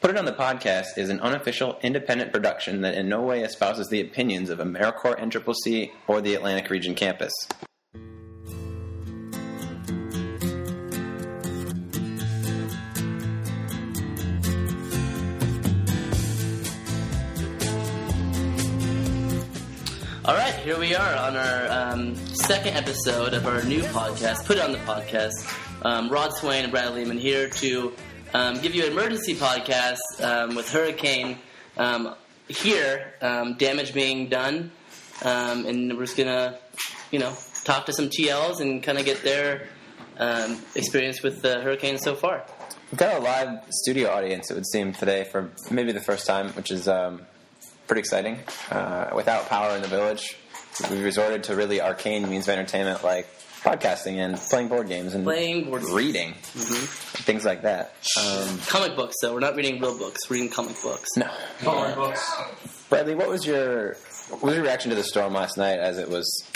Put It on the Podcast is an unofficial, independent production that in no way espouses the opinions of AmeriCorps NCCC or the Atlantic Region campus. All right, here we are on our um, second episode of our new podcast, Put It on the Podcast. Um, Rod Swain and Brad Lehman here to um, give you an emergency podcast um, with hurricane um, here, um, damage being done, um, and we're just gonna, you know, talk to some TLs and kind of get their um, experience with the hurricane so far. We've got a live studio audience, it would seem, today for maybe the first time, which is um, pretty exciting. Uh, without power in the village, we resorted to really arcane means of entertainment like podcasting and playing board games and Playing board games. Mm-hmm. reading, things like that. Um, Comic books, though. We're not reading real books. We're reading comic books. no, Coloring books. Bradley, what was your what was your reaction to the storm last night as it was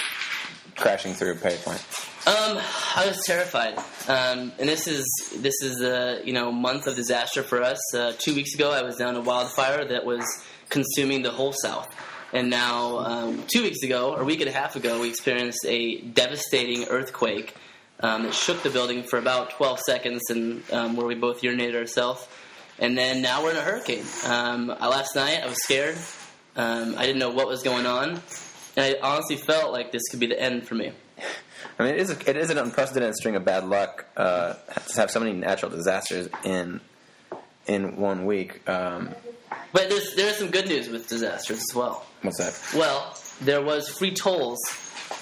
crashing through Perry Point? Um, I was terrified. Um, and this is this is a you know month of disaster for us. Uh, two weeks ago, I was down a wildfire that was consuming the whole South, and now um, two weeks ago, or a week and a half ago, we experienced a devastating earthquake um, that shook the building for about 12 seconds, and um, where we both urinated ourselves. And then now we're in a hurricane. Um, I, last night, I was scared. Um, I didn't know what was going on, and I honestly felt like this could be the end for me. I mean, it is it is an unprecedented string of bad luck uh, to have so many natural disasters in in one week. Um, But there's there is some good news with disasters as well. what's that? Well, there was free tolls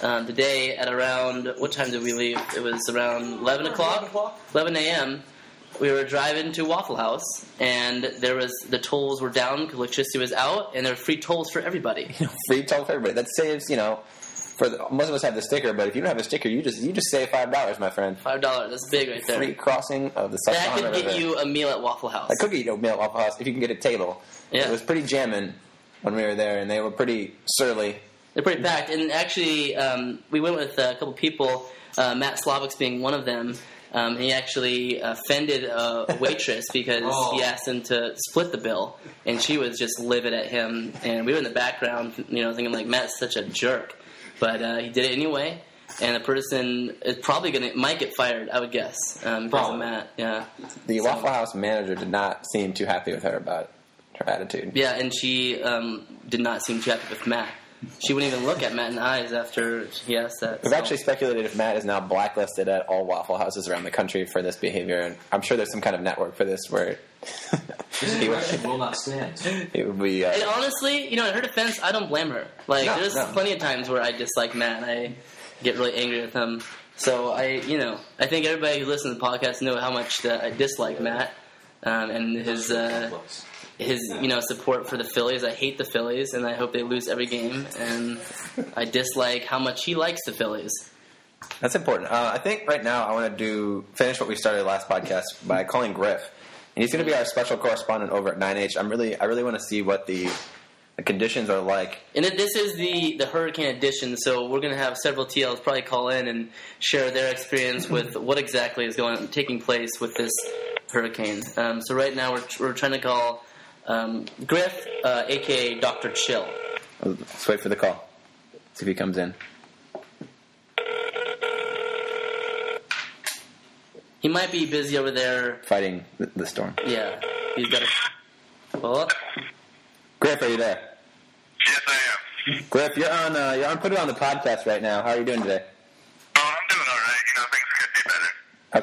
um, today at around what time did we leave? It was around eleven o'clock, eleven a.m. We were driving to Waffle House, and there was the tolls were down because electricity was out, and there were free tolls for everybody. Free toll for everybody. That saves you know. For the, most of us have the sticker, but if you don't have a sticker, you just you just save five dollars, my friend. Five dollars, that's big right Free there. crossing of the That Susquehanna could River. get you a meal at Waffle House. a cookie dough meal Waffle House if you can get a table. Yeah. It was pretty jamming when we were there, and they were pretty surly. They're pretty packed, and actually, um, we went with a couple people, uh, Matt Slavics being one of them. Um, he actually offended a, a waitress because Oh. he asked him to split the bill, and she was just livid at him. And we were in the background, you know, thinking like Matt's such a jerk, but uh, he did it anyway. And the person is probably gonna might get fired, I would guess, um, because of Probably. Matt. Yeah, The Waffle House manager did not seem too happy with her about her attitude. yeah, and she um, did not seem too happy with Matt. She wouldn't even look at Matt in the eyes after he asked that. We've so- actually speculated if Matt is now blacklisted at all Waffle Houses around the country for this behavior, and I'm sure there's some kind of network for this where he would, Actually, will not stand. it would be. And Uh, honestly, you know, in her defense, I don't blame her. Like, No, there's no. plenty of times where I dislike Matt. and I get really angry with him. So I, you know, I think everybody who listens to the podcast know how much that I dislike Matt um, and his uh, his you know support for the Phillies. I hate the Phillies, and I hope they lose every game. And I dislike how much he likes the Phillies. that's important. Uh, I think right now I want to do finish what we started last podcast by calling Griff, and he's going to be our special correspondent over at 9H. I'm really, I really want to see what the the conditions are like And it- this is the, the hurricane edition, so we're going to have several TLs probably call in and share their experience with what exactly is going taking place with this hurricane. Um, so right now we're, we're trying to call um, Griff, uh, aka Doctor Chill. Let's wait for the call. See if he comes in. He might be busy over there. Fighting th- the storm. Yeah, he's got a. oh, Well, Griff, are you there? Yes, I am. Griff, you're on. Uh, you're on. Put it on the podcast right now. How are you doing today? Oh, I'm doing all right. You know,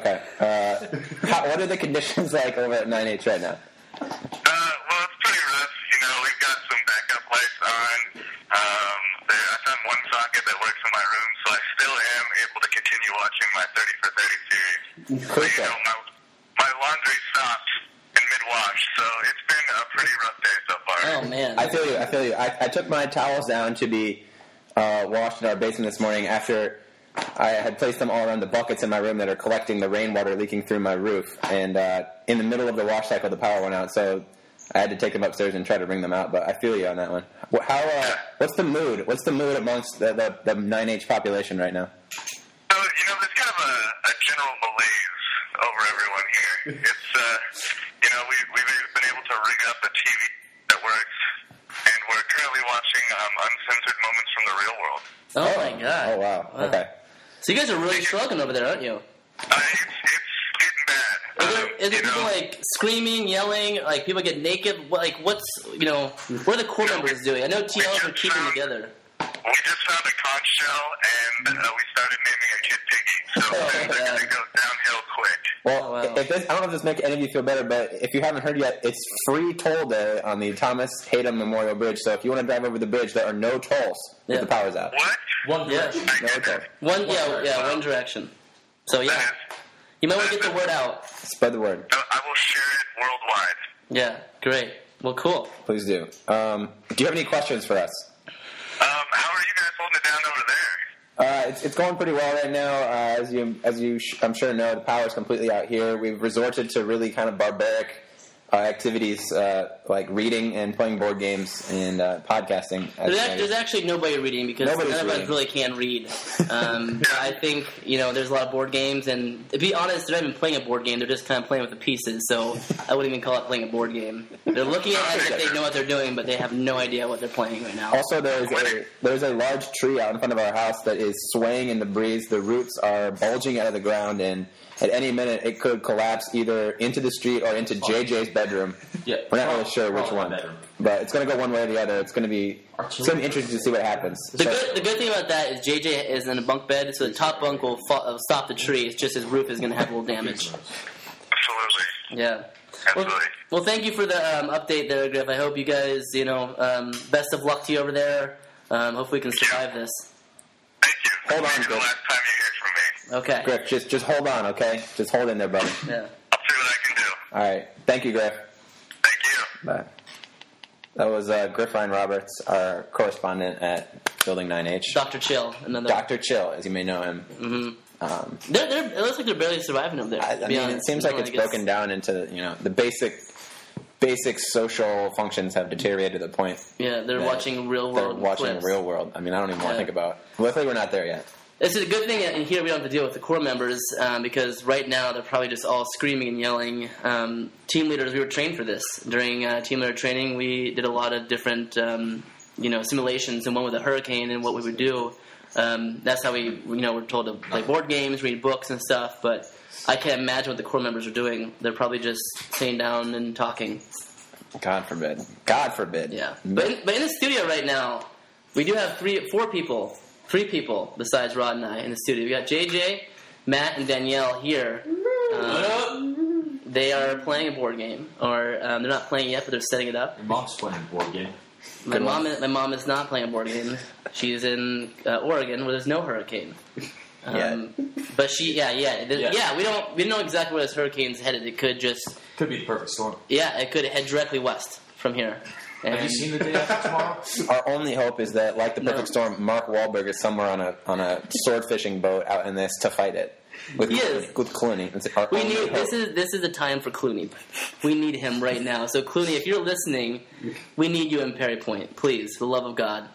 things could be better. Okay. Uh, how, what are the conditions like over at 9H right now? Uh, well, it's pretty rough. You know, we've got some backup lights on. Um, there, I found one socket that works in my room, so I still am able to continue watching my 30 for 30 series. But, you Cool. know, my, my laundry stopped in mid-wash, so it's been a pretty rough day so far. oh man, I feel you. I feel you. I, I took my towels down to be uh, washed in our basement this morning after I had placed them all around the buckets in my room that are collecting the rainwater leaking through my roof. And uh, in the middle of the wash cycle, the power went out, so I had to take them upstairs and try to bring them out. But I feel you on that one. Wh- How? Uh, what's the mood? What's the mood amongst the the, the 9H population right now? So, you know, there's kind of a, a general malaise over everyone here. It's, uh, you know, we, we've been able to up a TV that works, and we're currently watching um, uncensored moments from the real world. Oh, my god. Oh wow. Okay. So you guys are really struggling over there, aren't you? Uh, it's, it's getting bad. Is Um, there, is you there people know, like screaming, yelling, like people get naked? What- Like what's you know what are the core members doing? I know TLs are keeping together. we just found a conch shell, and uh, we started naming our kid Piggy, so things are going to go downhill quick. Well, Oh, wow. if this, I don't know if this make any of you feel better, but if you haven't heard yet, it's free toll day on the Thomas Hayden Memorial Bridge. So if you want to drive over the bridge, there are no tolls if Yeah. the power's out. What? One Yeah. direction. No tolls. One yeah yeah one direction. So yeah, That is, you might want to get the word out. Spread the word, uh, I will share Yeah, it worldwide. great. Well, cool. please do. Um, do you have any questions for us? Um, how are you guys holding it down over there? Uh, it's, it's going pretty well right now. Uh, as you, as you, sh- I'm sure know, the power is completely out here. We've resorted to really kind of barbaric uh, activities uh, like reading and playing board games and uh, podcasting. as There's, I- act- there's actually nobody reading because Nobody's none of reading. us really can read. Um, but I think you know there's a lot of board games, and to be honest, they're not even playing a board game. They're just kind of playing with the pieces. So I wouldn't even call it playing a board game. They're looking at it as if they know what they're doing, but they have no idea what they're playing right now. Also, there is a there is a large tree out in front of our house that is swaying in the breeze. The roots are bulging out of the ground, and at any minute it could collapse either into the street or into JJ's bedroom. Yeah. We're not really sure which Probably one, better. but it's going to go one way or the other. It's going to be it's going to be interesting to see what happens. The So- good, the good thing about that is JJ is in a bunk bed, so the top bunk will fa- uh, stop the tree. It's just his roof is going to have a little damage. Absolutely. Yeah. Well, Absolutely. well, thank you for the um, update there, Griff. I hope you guys, you know, um, best of luck to you over there. Um, hopefully, we can survive this. Thank you. Hold on, Maybe the Bill. last time you hear from me. Okay. Griff, just just hold on, okay? Just hold in there, buddy. Yeah. I'll see what I can do. All right, thank you, Griff. Thank you. Bye. That was uh, Griff Ryan Roberts, our correspondent at Building 9H. Doctor Chill, another. Doctor Chill, as you may know him. Mm-hmm. Um, They're, they're, it looks like they're barely surviving over there. I, to I be mean, it honest. seems like No, it's I guess- broken down into you know the basic basic social functions have deteriorated to the point Yeah, they're that watching real they're world. watching clips. real world. I mean, I don't even want to Yeah. think about. Luckily, we're not there yet. It's a good thing that in here we don't have to deal with the core members um, because right now they're probably just all screaming and yelling. Um, team leaders, we were trained for this. During uh, team leader training, we did a lot of different, um, you know, simulations and one with a hurricane and what we would do. Um, that's how we, you know, we're told to play board games, read books and stuff. But I can't imagine what the core members are doing. They're probably just sitting down and talking. God forbid. God forbid. Yeah, but in, but in the studio right now, we do have three, four people, three people besides Rod and I in the studio. We got JJ, Matt, and Danielle here. Um, they are playing a board game, or um, they're not playing yet, but they're setting it up. Your mom's playing a board game. My mom, is, my mom is not playing a board game. She's in uh, Oregon, where there's no hurricane. Um, But she, yeah, yeah, th- Yeah. yeah. We don't, we don't know exactly where this hurricane's headed. It could just, Could be the perfect storm. yeah, it could head directly west from here. Have you And- seen the day after tomorrow? Our only hope is that, like the perfect storm, Mark Wahlberg is somewhere on a on a sword fishing boat out in this to fight it with He is. with, Clooney. That's our We only need hope. this is this is the time for Clooney. We need him right now. So Clooney, if you're listening, we need you in Perry Point, please, for the love of God.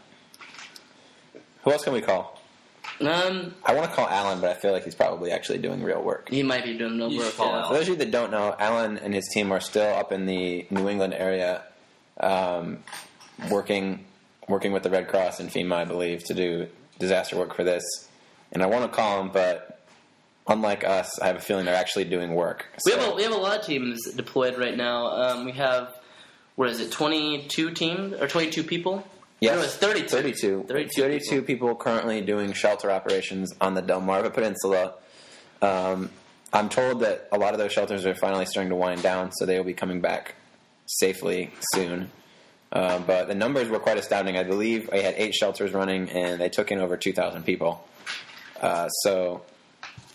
Who else can we call? Um, I want to call Alan, but I feel like he's probably actually doing real work. he might be doing no You work. should call yeah. For those of you that don't know, Alan and his team are still up in the New England area, um, working working with the Red Cross and FEMA, I believe, to do disaster work for this. And I want to call them, but unlike us, I have a feeling they're actually doing work. We So- have a, we have a lot of teams deployed right now. Um, we have what is it, 22 teams or 22 people? Yes. No, it's 32. 32. 32 people. currently doing shelter operations on the Delmarva Peninsula. Um, I'm told that a lot of those shelters are finally starting to wind down, so they will be coming back safely soon. Uh, but the numbers were quite astounding. I believe I had eight shelters running, and they took in over 2,000 people. Uh, so,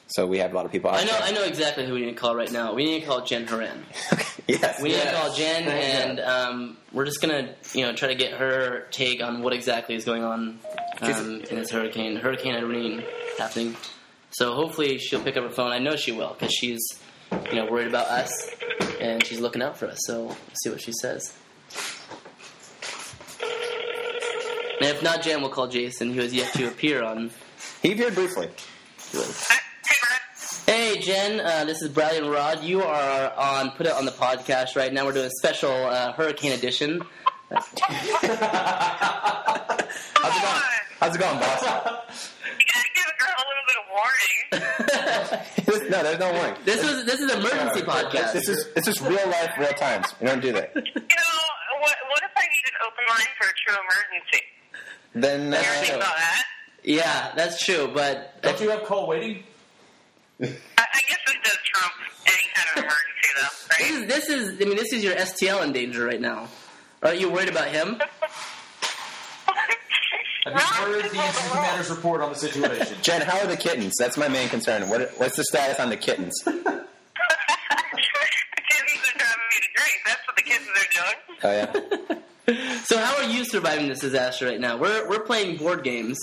so we have a lot of people. Out I know there. I know exactly who we need to call right now. We need to call Jen Horan. yes. We need to Yes. call Jen, Thank and um, we're just gonna, you know, try to get her take on what exactly is going on um, in this hurricane, Hurricane Irene, happening. So hopefully she'll pick up her phone. I know she will because she's, you know, worried about us, and she's looking out for us. So we'll see what she says. And if not, Jen will call Jason, who has yet to appear on. He appeared briefly. Hey, Brad. Hey, Jen, uh, this is Bradley and Rod. You are on Put It On the Podcast right now. We're doing a special uh, Hurricane Edition. How's it going? How's it going, boss? Can I give a girl a little bit of warning? This- no, there's no warning. This is this is an emergency podcast. This is this is real life, real times. We don't do that. You know, what, what if I need an open line for a true emergency? Then You ever think uh, about that? Yeah, that's true, but Don't you have Cole waiting? I, I guess it does trump any kind of emergency, though, this is this right? is I mean this is your STL in danger right now. Are you worried about him? Have you Not heard the people in the incident world. commander's report on the situation? Jen, how are the kittens? That's my main concern. What what's the status on the kittens? Oh The kittens are driving me to drink. That's what the kids are doing. yeah. So how are you surviving this disaster right now? We're we're playing board games.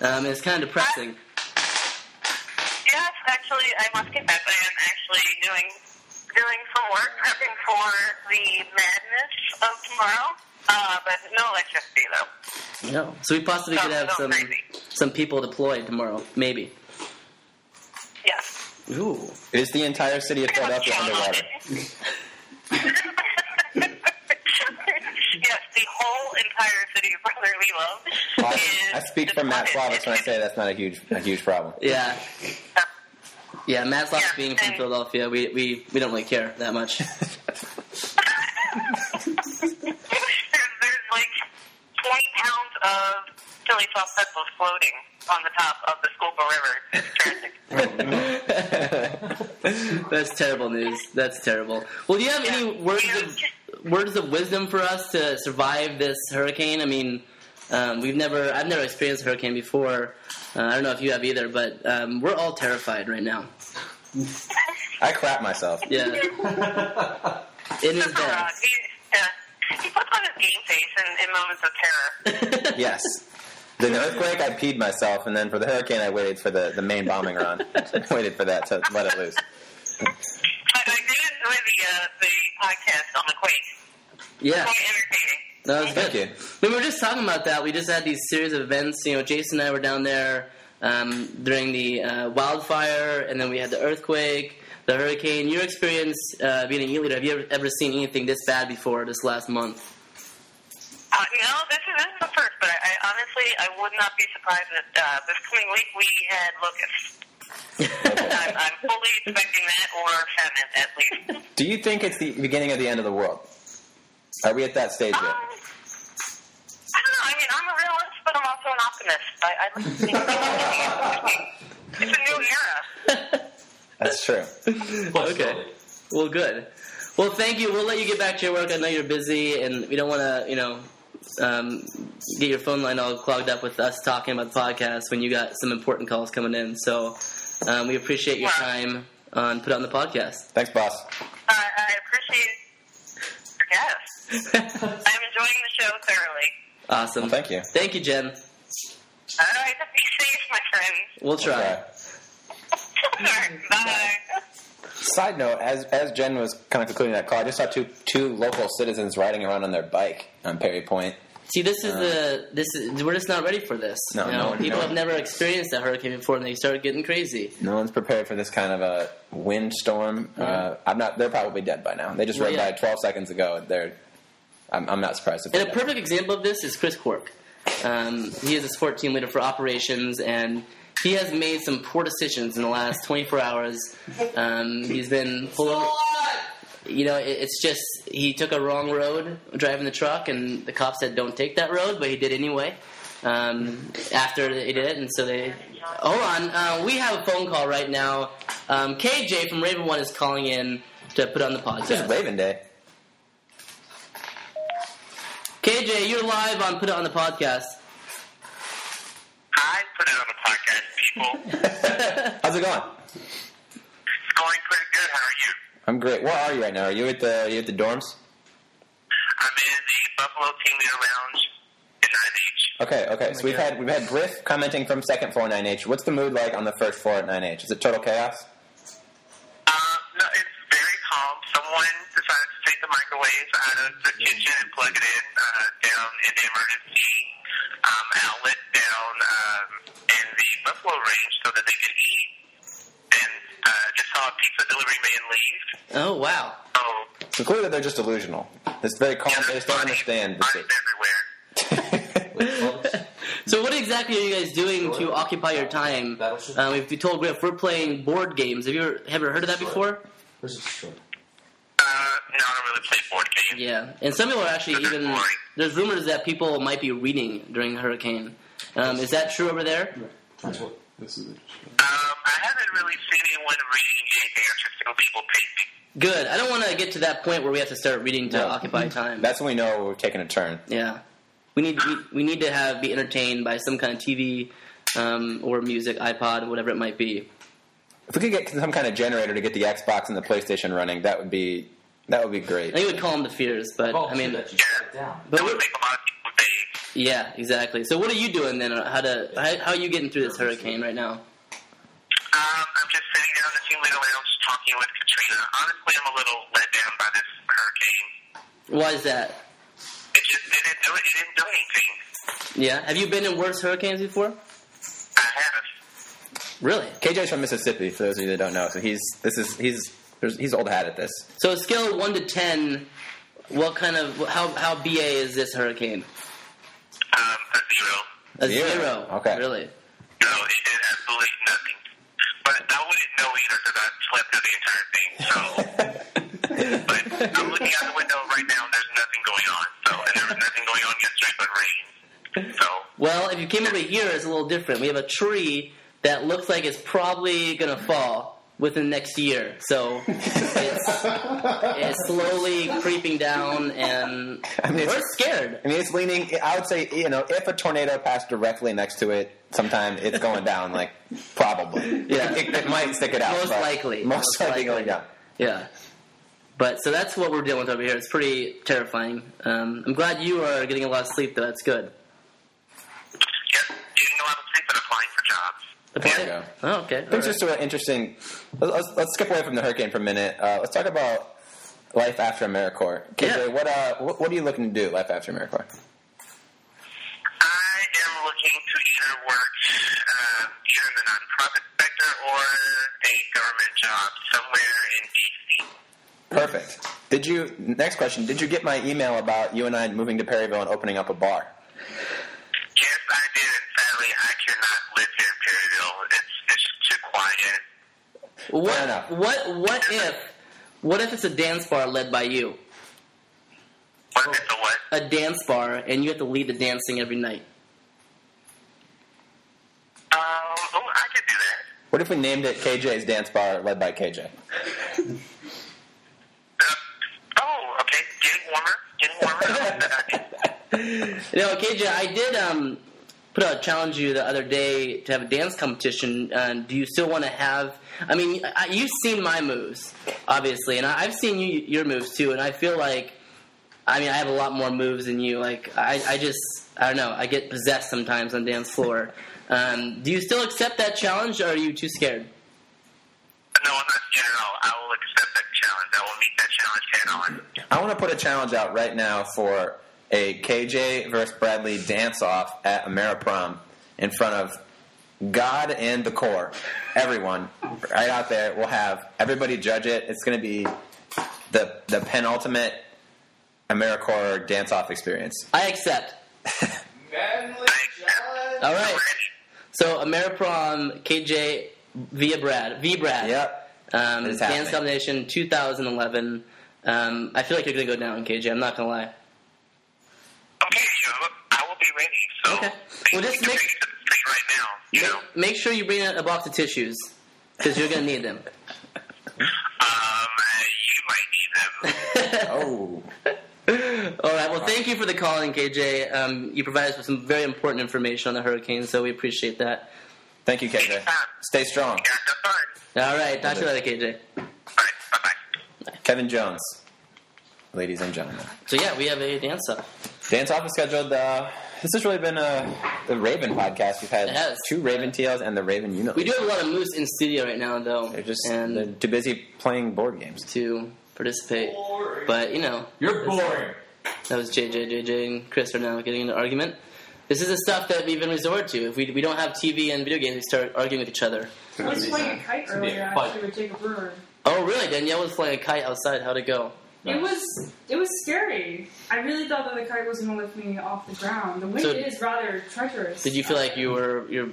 Um, and it's kind of depressing. Yes, actually, I must confess, I am actually doing doing some work prepping for the madness of tomorrow. Uh, but no electricity though. No. So we possibly could have some some people deployed tomorrow, maybe. Yes. Ooh. Is the entire city of Philadelphia underwater? yes, the whole entire city of brotherly love. I, I is speak for Matt flooded. Slavic when I say that's not a huge a huge problem. Yeah. Yeah, Matt's not Yeah, being from and- Philadelphia. We, we we don't really care that much. there's, there's like 20 pounds of chili sauce pretzels floating on the top of the Schuylkill River. It's tragic. That's terrible news. That's terrible. Well, do you have any words of words of wisdom for us to survive this hurricane? I mean, um, we've never I've never experienced a hurricane before. Uh, I don't know if you have either, but um, we're all terrified right now. I crap myself. Yeah, it is That's all bad. right. He, yeah. he puts on his game face in, in moments of terror. Yes. The earthquake, I peed myself, and then for the hurricane, I waited for the, the main bombing run. I waited for that to let it loose. But I did enjoy the, uh, the podcast on the quake. Yeah, Quite entertaining. that was Thank good. you. We were just talking about that. We just had these series of events. You know, Jason and I were down there um, during the uh, wildfire, and then we had the earthquake, the hurricane. Your experience uh, being an e-leader, have you ever, ever seen anything this bad before this last month? Uh, no, this is, this is the first, but I, I honestly, I would not be surprised that uh, this coming week we had locusts. I'm, I'm fully expecting that or famine at least. Do you think it's the beginning of the end of the world? Are we at that stage Um, yet? I don't know. I mean, I'm a realist, but I'm also an optimist. I, I like to think it's a new era. That's true. Okay. Well, good. Well, thank you. We'll let you get back to your work. I know you're busy, and we don't want to, you know, um, get your phone line all clogged up with us talking about the podcast when you got some important calls coming in. So um, we appreciate your Yeah. time on put on the podcast. Thanks, boss. Uh, I appreciate your guest. I'm enjoying the show thoroughly. awesome. Well, thank you. Thank you, Jen. All right, be safe, my friends. We'll try. Okay. All right, bye. Side note: as as Jen was kind of concluding that call, I just saw two two local citizens riding around on their bike on Perry Point. See, this is the this is we're just not ready for this. No, you no know? one- people no have one- never experienced a hurricane before, and they start getting crazy. No one's prepared for this kind of a windstorm. Uh, I'm not. They're probably dead by now. They just Well, rode yeah. by 12 seconds ago. They're. I'm, I'm not surprised. If And they're a dead. perfect example of this is Chris Quirk. Um, he is a sport team leader for operations, and he has made some poor decisions in the last 24 hours. Um, he's been pulled over. You know, it, it's just he took a wrong road driving the truck, and the cop said, "Don't take that road," but he did anyway. Um, after he did it, and so they. Hold on, uh, we have a phone call right now. Um, KJ from Raven One is calling in to put on the This is podcast. Raven Day. KJ, you're live on Put It on the Podcast. I put it on the podcast, people. How's it going? It's going pretty good. How are you? I'm great. Where are you right now? Are you at the are you at the dorms? I'm in the Buffalo Team Leader Lounge in 9H. Okay, Oh okay. so we've had we've had Griff commenting from second floor 9H. What's the mood like on the first floor at 9H? Is it total chaos? Uh, no, it's very calm. Someone decided to take the microwave out of the kitchen and plug it in uh, down in the emergency um, outlet down um, in the buffalo range so that they could eat. And I saw a pizza delivery man leave. Oh wow. So So clearly they're just delusional. It's very calm. yeah, They there's just don't money. understand the Money's city. everywhere. So what exactly are you guys doing to occupy your time? Battleship? Um, we've been told we're, we're playing board games. Have you ever, have you ever heard of that before? Where's this short? Uh, no, I don't really play board games. Yeah, and some people are actually even. There's rumors that people might be reading during the hurricane. Um, is that true over there? Transport. This is Um, it. I haven't really seen anyone reading anything. I've just seen people painting. Good. I don't want to get to that point where we have to start reading to No. occupy time. That's when we know we're taking a turn. yeah, we need we, we need to have be entertained by some kind of TV um, or music, iPod, whatever it might be. If we could get some kind of generator to get the Xbox and the PlayStation running, that would be that would be great. I think we'd call them the fears, but Oh, I mean, that you shut it down. but It would what- make a lot of people days. yeah, exactly. So what are you doing then? How to how, how are you getting through this hurricane right now? Um, I'm just sitting down the team leader lounge talking with Katrina. Honestly, I'm a little let down by this hurricane. Why is that? It just it didn't do it. It didn't do anything. Yeah, have you been in worse hurricanes before? I haven't. Really? KJ's from Mississippi, for those of you that don't know. So he's this is he's there's, he's old hat at this. So a scale of one to ten, what kind of how how ba is this hurricane? Um, a zero. A Zero. Okay. Really? No, it did absolutely nothing. But I wouldn't know either because I slept through the entire thing. So, but I'm looking out the window right now. and There's nothing going on. So, and there was nothing going on yesterday but rain. So, Well, if you came over here, it's a little different. We have a tree that looks like it's probably gonna fall within the next year. So it's, it's slowly creeping down, and I mean, we're it's, scared. I mean, it's leaning. I would say you know if a tornado passed directly next to it, sometime it's going down. Like probably, Yeah. It, it might stick it out. Most but likely. most, Most likely, likely. going down. Yeah. But so that's what we're dealing with over here. It's pretty terrifying. Um, I'm glad you are getting a lot of sleep, though. That's good. yeah, getting a lot of sleep and applying for jobs. There you go. Oh, okay. brings All us to an interesting. Let's, let's- let's skip away from the hurricane for a minute. Uh, let's talk about life after AmeriCorps. KJ, Yeah. what, uh, what what are you looking to do life after AmeriCorps? I am looking to either work uh, either in the nonprofit sector or a government job somewhere in DC. Perfect. Did you? Next question. Did you get my email about you and I moving to Perryville and opening up a bar? Yes, I did, and sadly, I cannot live here in right. Perryville. It's, it's just too quiet. Fair enough. What? What? What if? What if it's a dance bar led by you? What if it's a what? a dance bar and you have to lead the dancing every night. Um, oh, I could do that. What if we named it KJ's Dance Bar, led by KJ? Uh, oh, okay. Getting warmer. Getting warmer. You know, KJ, I did um, put out a challenge to you the other day to have a dance competition. Uh, do you still want to have? I mean, I, you've seen my moves, obviously, and I, I've seen you your moves too. And I feel like, I mean, I have a lot more moves than you. Like, I, I just, I don't know, I get possessed sometimes on dance floor. Um, do you still accept that challenge, or are you too scared? no, I'm not scared at all. I will accept that challenge. I will meet that challenge head on. I want to put a challenge out right now for a KJ versus Bradley dance off at Ameriprom in front of God and the core. Everyone, right out there, we'll have everybody judge it. It's going to be the the penultimate AmeriCorps dance off experience. I accept. Manly judge. All right. Ready? So Ameriprom KJ via Brad V Brad. Yep. Um, It's dance happening. combination 2011. Um, I feel like you're gonna go down, KJ. I'm not gonna lie. Okay, so I will be ready. So Okay. Well, just you can make- take it to the street right now. You know, Make sure you bring a box of tissues because you're gonna need them. um, you might need them. Oh, All right. Well, thank you for the call, in, KJ. Um, you provided us with some very important information on the hurricane, so we appreciate that. thank you, KJ. Stay strong, Got the fun. All right. Talk to you later, KJ. All right. Bye bye. Kevin Jones, ladies and gentlemen. So yeah, we have a dance up. Dance Off is scheduled. Uh, this has really been a the Raven podcast. We've It had has. two Raven TLs and the Raven Unit. We do have a lot of moose in studio right now, though, They're just and they're too busy playing board games. to participate. Boring. But you know, You're boring. That was JJ, JJ, and Chris are now getting into argument. This is the stuff that we even resort to. If we, we don't have TV and video games, we start arguing with each other. I was It's flying a kite gonna be earlier a actually fight. with Jacob Brewer. Oh, really? Danielle was flying a kite outside. How'd it go? It was it was scary. I really thought that the kite was going to lift me off the ground. The wind So- is rather treacherous. Did you feel like you were your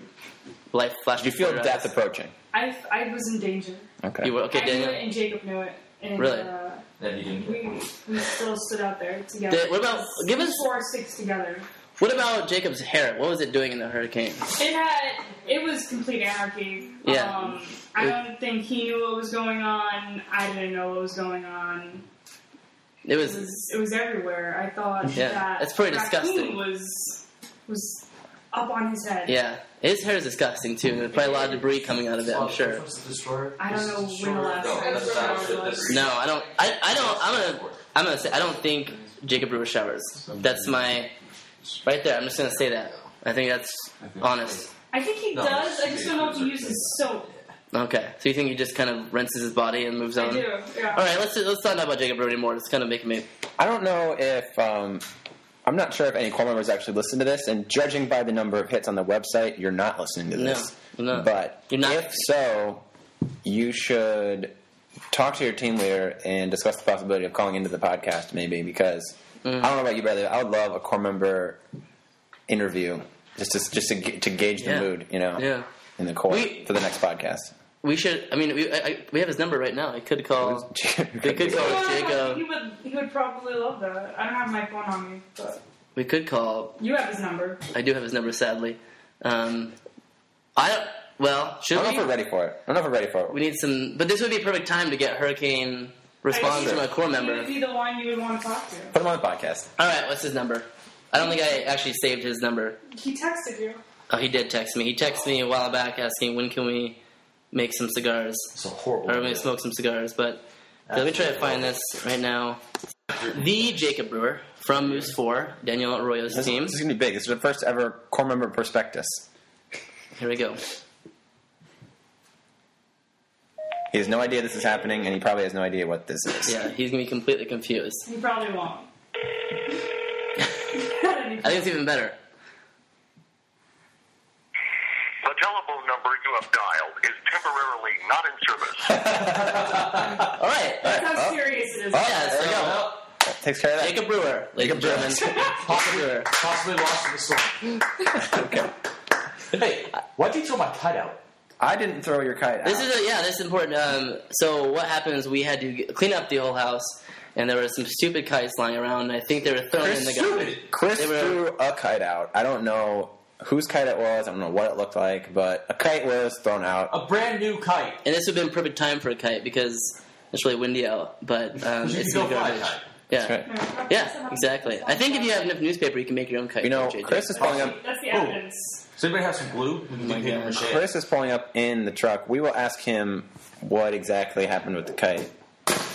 life flashed? You feel before your death eyes? approaching. I, I was in danger. Okay. You were okay, I knew it, Danielle. and Jacob knew it. And, Really? Uh, That you didn't get. we, we still stood out there together. Did- what about- give us- four or six together? What about Jacob's hair? What was it doing in the hurricane? It had it was complete anarchy. Yeah. Um, I don't think he knew what was going on. I didn't know what was going on. It It was was it was everywhere. I thought Yeah, that that's pretty raccoon disgusting. Was was up on his head. yeah. His hair is disgusting too. There's probably a lot of debris coming out of it. I'm sure. Was the destroyer? I don't Was know the when the destroyer- last no, time that's the not- destroyer that's- was. No, I don't. I, I don't. I'm gonna. I'm gonna say I don't think Jacob Brewer showers. That's my right there. I'm just gonna say that. I think that's honest. I think he No, does. I it's- just don't know if he uses soap. Okay. So you think he just kind of rinses his body and moves I on? do. Yeah. All right. Let's let's not talk about Jacob Brewer anymore. It's kind of making me. I don't know if um, I'm not sure if any core members actually listen to this, and judging by the number of hits on the website, you're not listening to No, this. no. But You're not- if so, you should talk to your team leader and discuss the possibility of calling into the podcast, maybe because Mm. I don't know about you, Bradley. but I would love a core member interview just to just to, ga- to gauge the Yeah. mood, you know, Yeah. in the core We- for the next podcast. We should. I mean, we I, I- we have his number right now. I could call. We could You call know, He Jacob. would he would probably love that. I don't have my phone on me, but We could call you have his number. I do have his number, sadly. Um, I don't. Well, I should don't know if we? we're ready for it. I don't know if we're ready for it. We need some, but this would be a perfect time to get hurricane response I- from a core member. He would be the one you would want to talk to. Put him on the podcast. All right, what's his number? I don't think I actually saved his number. He texted you. Oh, he did text me. He texted me a while back asking when can we make some cigars It's a horrible. or we smoke some cigars. But uh, let me try to find this right now. The Jacob Brewer from Moose Four, Daniel Arroyo's This, team. this is gonna be big. This is the first ever core member prospectus. Here we go. He has no idea this is happening, and he probably has no idea what this is. Yeah, he's gonna be completely confused. He probably won't. I think it's even better. The telephone number you have dialed is temporarily not in service. All right, That's how serious it is. Oh, yeah, so go. Well, Takes care of that. Jacob Brewer, ladies and Jacob gentlemen. Jacob Brewer. possibly lost to the storm. Okay. Hey, why'd you throw my kite out? I didn't throw your kite. This out. is a, yeah, this is important. Um, so what happens? We had to get, clean up the whole house, and there were some stupid kites lying around. And I think they were thrown in the garbage. Chris They were- threw a kite out. I don't know whose kite it was. I don't know what it looked like, but a kite was thrown out. A brand new kite. And this would have been perfect time for a kite because it's really windy out. But um, You it's could in the go fly a garbage. kite. Yeah, Right. yeah, exactly. I think if you have enough newspaper, you can make your own kite. You know, JJ. Chris is pulling up. Oh. That's the evidence. Does anybody have some glue? We can my do paper gosh. mache. Chris is pulling up in the truck. We will ask him what exactly happened with the kite,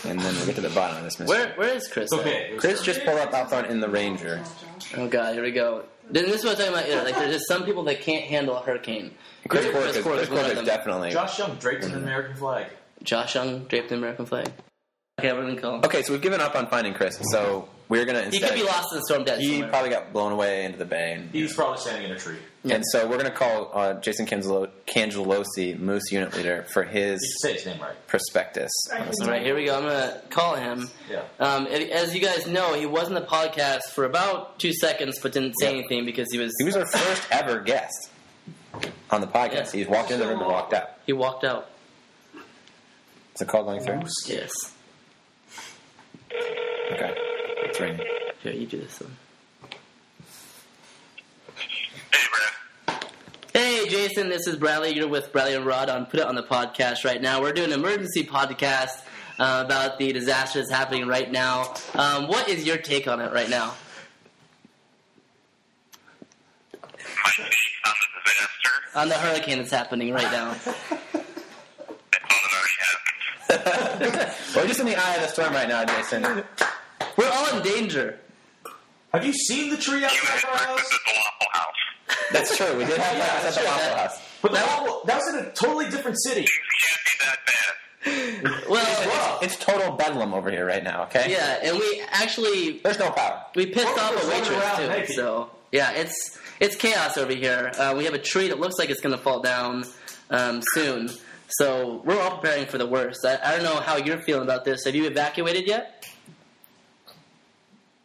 and then we'll get to the bottom of this mystery. where where is Chris? It's okay. Chris just pulled up out front in the Ranger. Oh god, here we go. Then this is what I'm talking about. Either. Like there's just some people that can't handle a hurricane. Chris Chris Cork is, Cork Chris is one Cork of is them. definitely. Josh Young draped Mm-hmm. in an American flag. Josh Young draped the American flag. Okay, what are we gonna call? him? Okay, so we've given up on finding Chris. So we're gonna He instead. could be lost in the storm dead. He somewhere. probably got blown away into the bay. And, He's probably standing in a tree. and so we're going to call uh, Jason Cangelo- Cangelosi, Moose unit leader, for You his should say his name right. prospectus. I All right, here we go. I'm gonna call him. Yeah. Um, a- as you guys know, he was in the podcast for about two seconds, but didn't say Yeah. anything because he was He was our first ever guest on the podcast. He Yeah. walked in the room and walked out. he walked out. Is the call going through? Yes. Okay. It's ringing. Here, you do this one. Hey, Brad. Hey, Jason, this is Bradley. You're with Bradley and Rod on Put It on the Podcast right now. We're doing an emergency podcast uh, about the disaster that's happening right now. Um, what is your take on it right now? My take on the disaster On the hurricane that's happening right now? that Father happened. We're just in the eye of the storm right now, Jason. We're all in danger. Have you seen the tree You outside had our breakfast house? at the Waffle House. That's true. We did have Yeah, breakfast at the Waffle House. But that, wa- that was in a totally different city. Things can't be that bad. Well, Wow. It's total bedlam over here right now, okay? yeah, and we actually There's no power. We pissed We're off a just running waitress around too, naked. so yeah, it's it's chaos over here. Uh, we have a tree that looks like it's gonna fall down. um, soon. So we're all preparing for the worst. I, I don't know how you're feeling about this. Have you evacuated yet?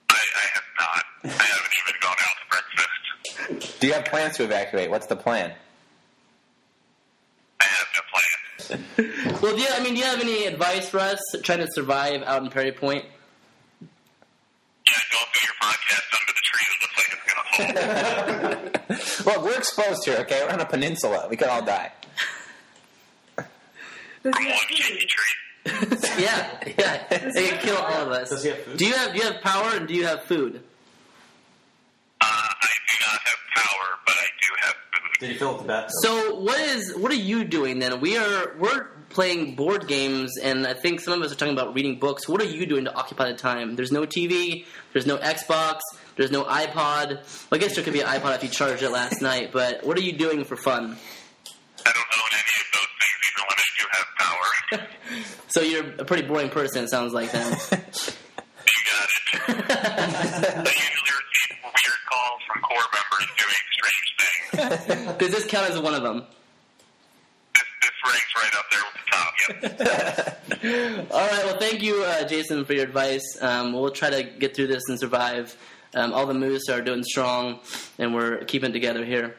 I, I have not. I haven't even gone out to breakfast. Do you have plans to evacuate? What's the plan? I have no plan. Well, do you, I mean, do you have any advice for us trying to survive out in Perry Point? Yeah, don't do your podcast under the tree that looks like it's going to fall. Look, we're exposed here, okay? We're on a peninsula. We could all die. Does he have One food? shady tree. Yeah, yeah, they could kill all of Does us. he have food? Do you have do you have power and do you have food? Uh, I do not have power, but I do have food. Did he fill up the bathtub? So what is what are you doing then? We are we're playing board games, and I think some of us are talking about reading books. What are you doing to occupy the time? There's no TV, there's no Xbox, there's no iPod. Well, I guess there could be an iPod if you charged it last night. But what are you doing for fun? I don't own any of those things, even when I do have power. So you're a pretty boring person. It sounds like then. you got it. I usually receive weird calls from core members doing strange things. Does this count as one of them? This, this ranks right up there with the top. Yep. All right. Well, thank you, uh, Jason, for your advice. Um, we'll try to get through this and survive. Um, all the moose are doing strong, and we're keeping it together here.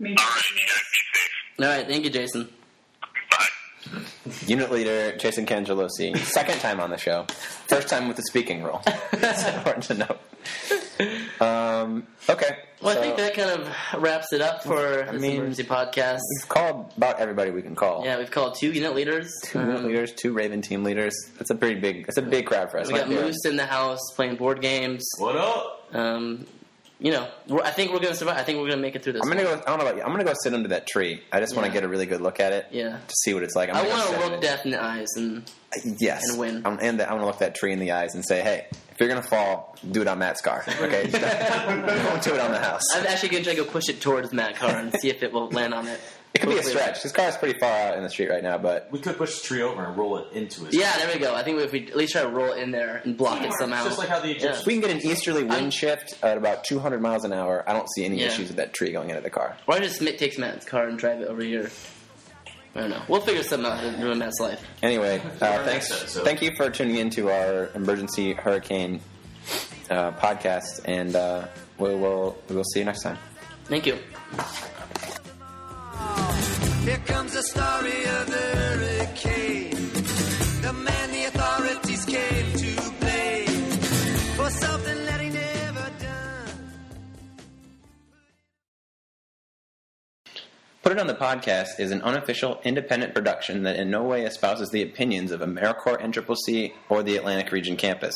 Maybe. All right, you guys be safe. All right. Thank you, Jason. Bye. Unit leader Jason Cangelosi, second time on the show, first time with the speaking role. it's important to know. Um, okay. Well, so I think that kind of wraps it up for this mean- emergency podcast. we've called about everybody we can call. Yeah, we've called two unit leaders. Two unit Um, leaders, two Raven team leaders. That's a pretty big. That's a big crowd for us. we got Might be- Moose in the house playing board games. What up? Um, you know, we're, I think we're gonna survive. I think we're gonna make it through this. I'm gonna one. go. I don't know about you. I'm gonna go sit under that tree. I just want Yeah. to get a really good look at it. Yeah. To see what it's like. I'm I gonna go want sit to under look it. Uh, death in the eyes, and Yes. and win. I'm, and I'm gonna look that tree in the eyes and say, "Hey, if you're gonna fall, do it on Matt's car. Okay. don't do it on the house. I'm actually gonna try to go push it towards Matt Carr and see if it will land on it. It could be a Hopefully will. stretch. His car's pretty far out in the street right now, but We could push the tree over and roll it into his. Yeah, there we go. I think if we at least try to roll it in there and block it Teamwork. somehow. Just like how the Egyptians. if we can get an easterly wind I'm- shift at about 200 miles an hour, I don't see any Yeah. issues with that tree going into the car. Or I just ma- takes Matt's car and drive it over here. I don't know. We'll figure something out to ruin Matt's life. Anyway, uh, our thanks. next episode. Thank you for tuning in to our emergency hurricane uh, podcast, and uh, we will we will see you next time. Thank you. Here comes the story of the hurricane. The man the authorities came to blame for something that he never done. Put It On the Podcast is an unofficial, independent production that in no way espouses the opinions of AmeriCorps NCCC or the Atlantic Region campus.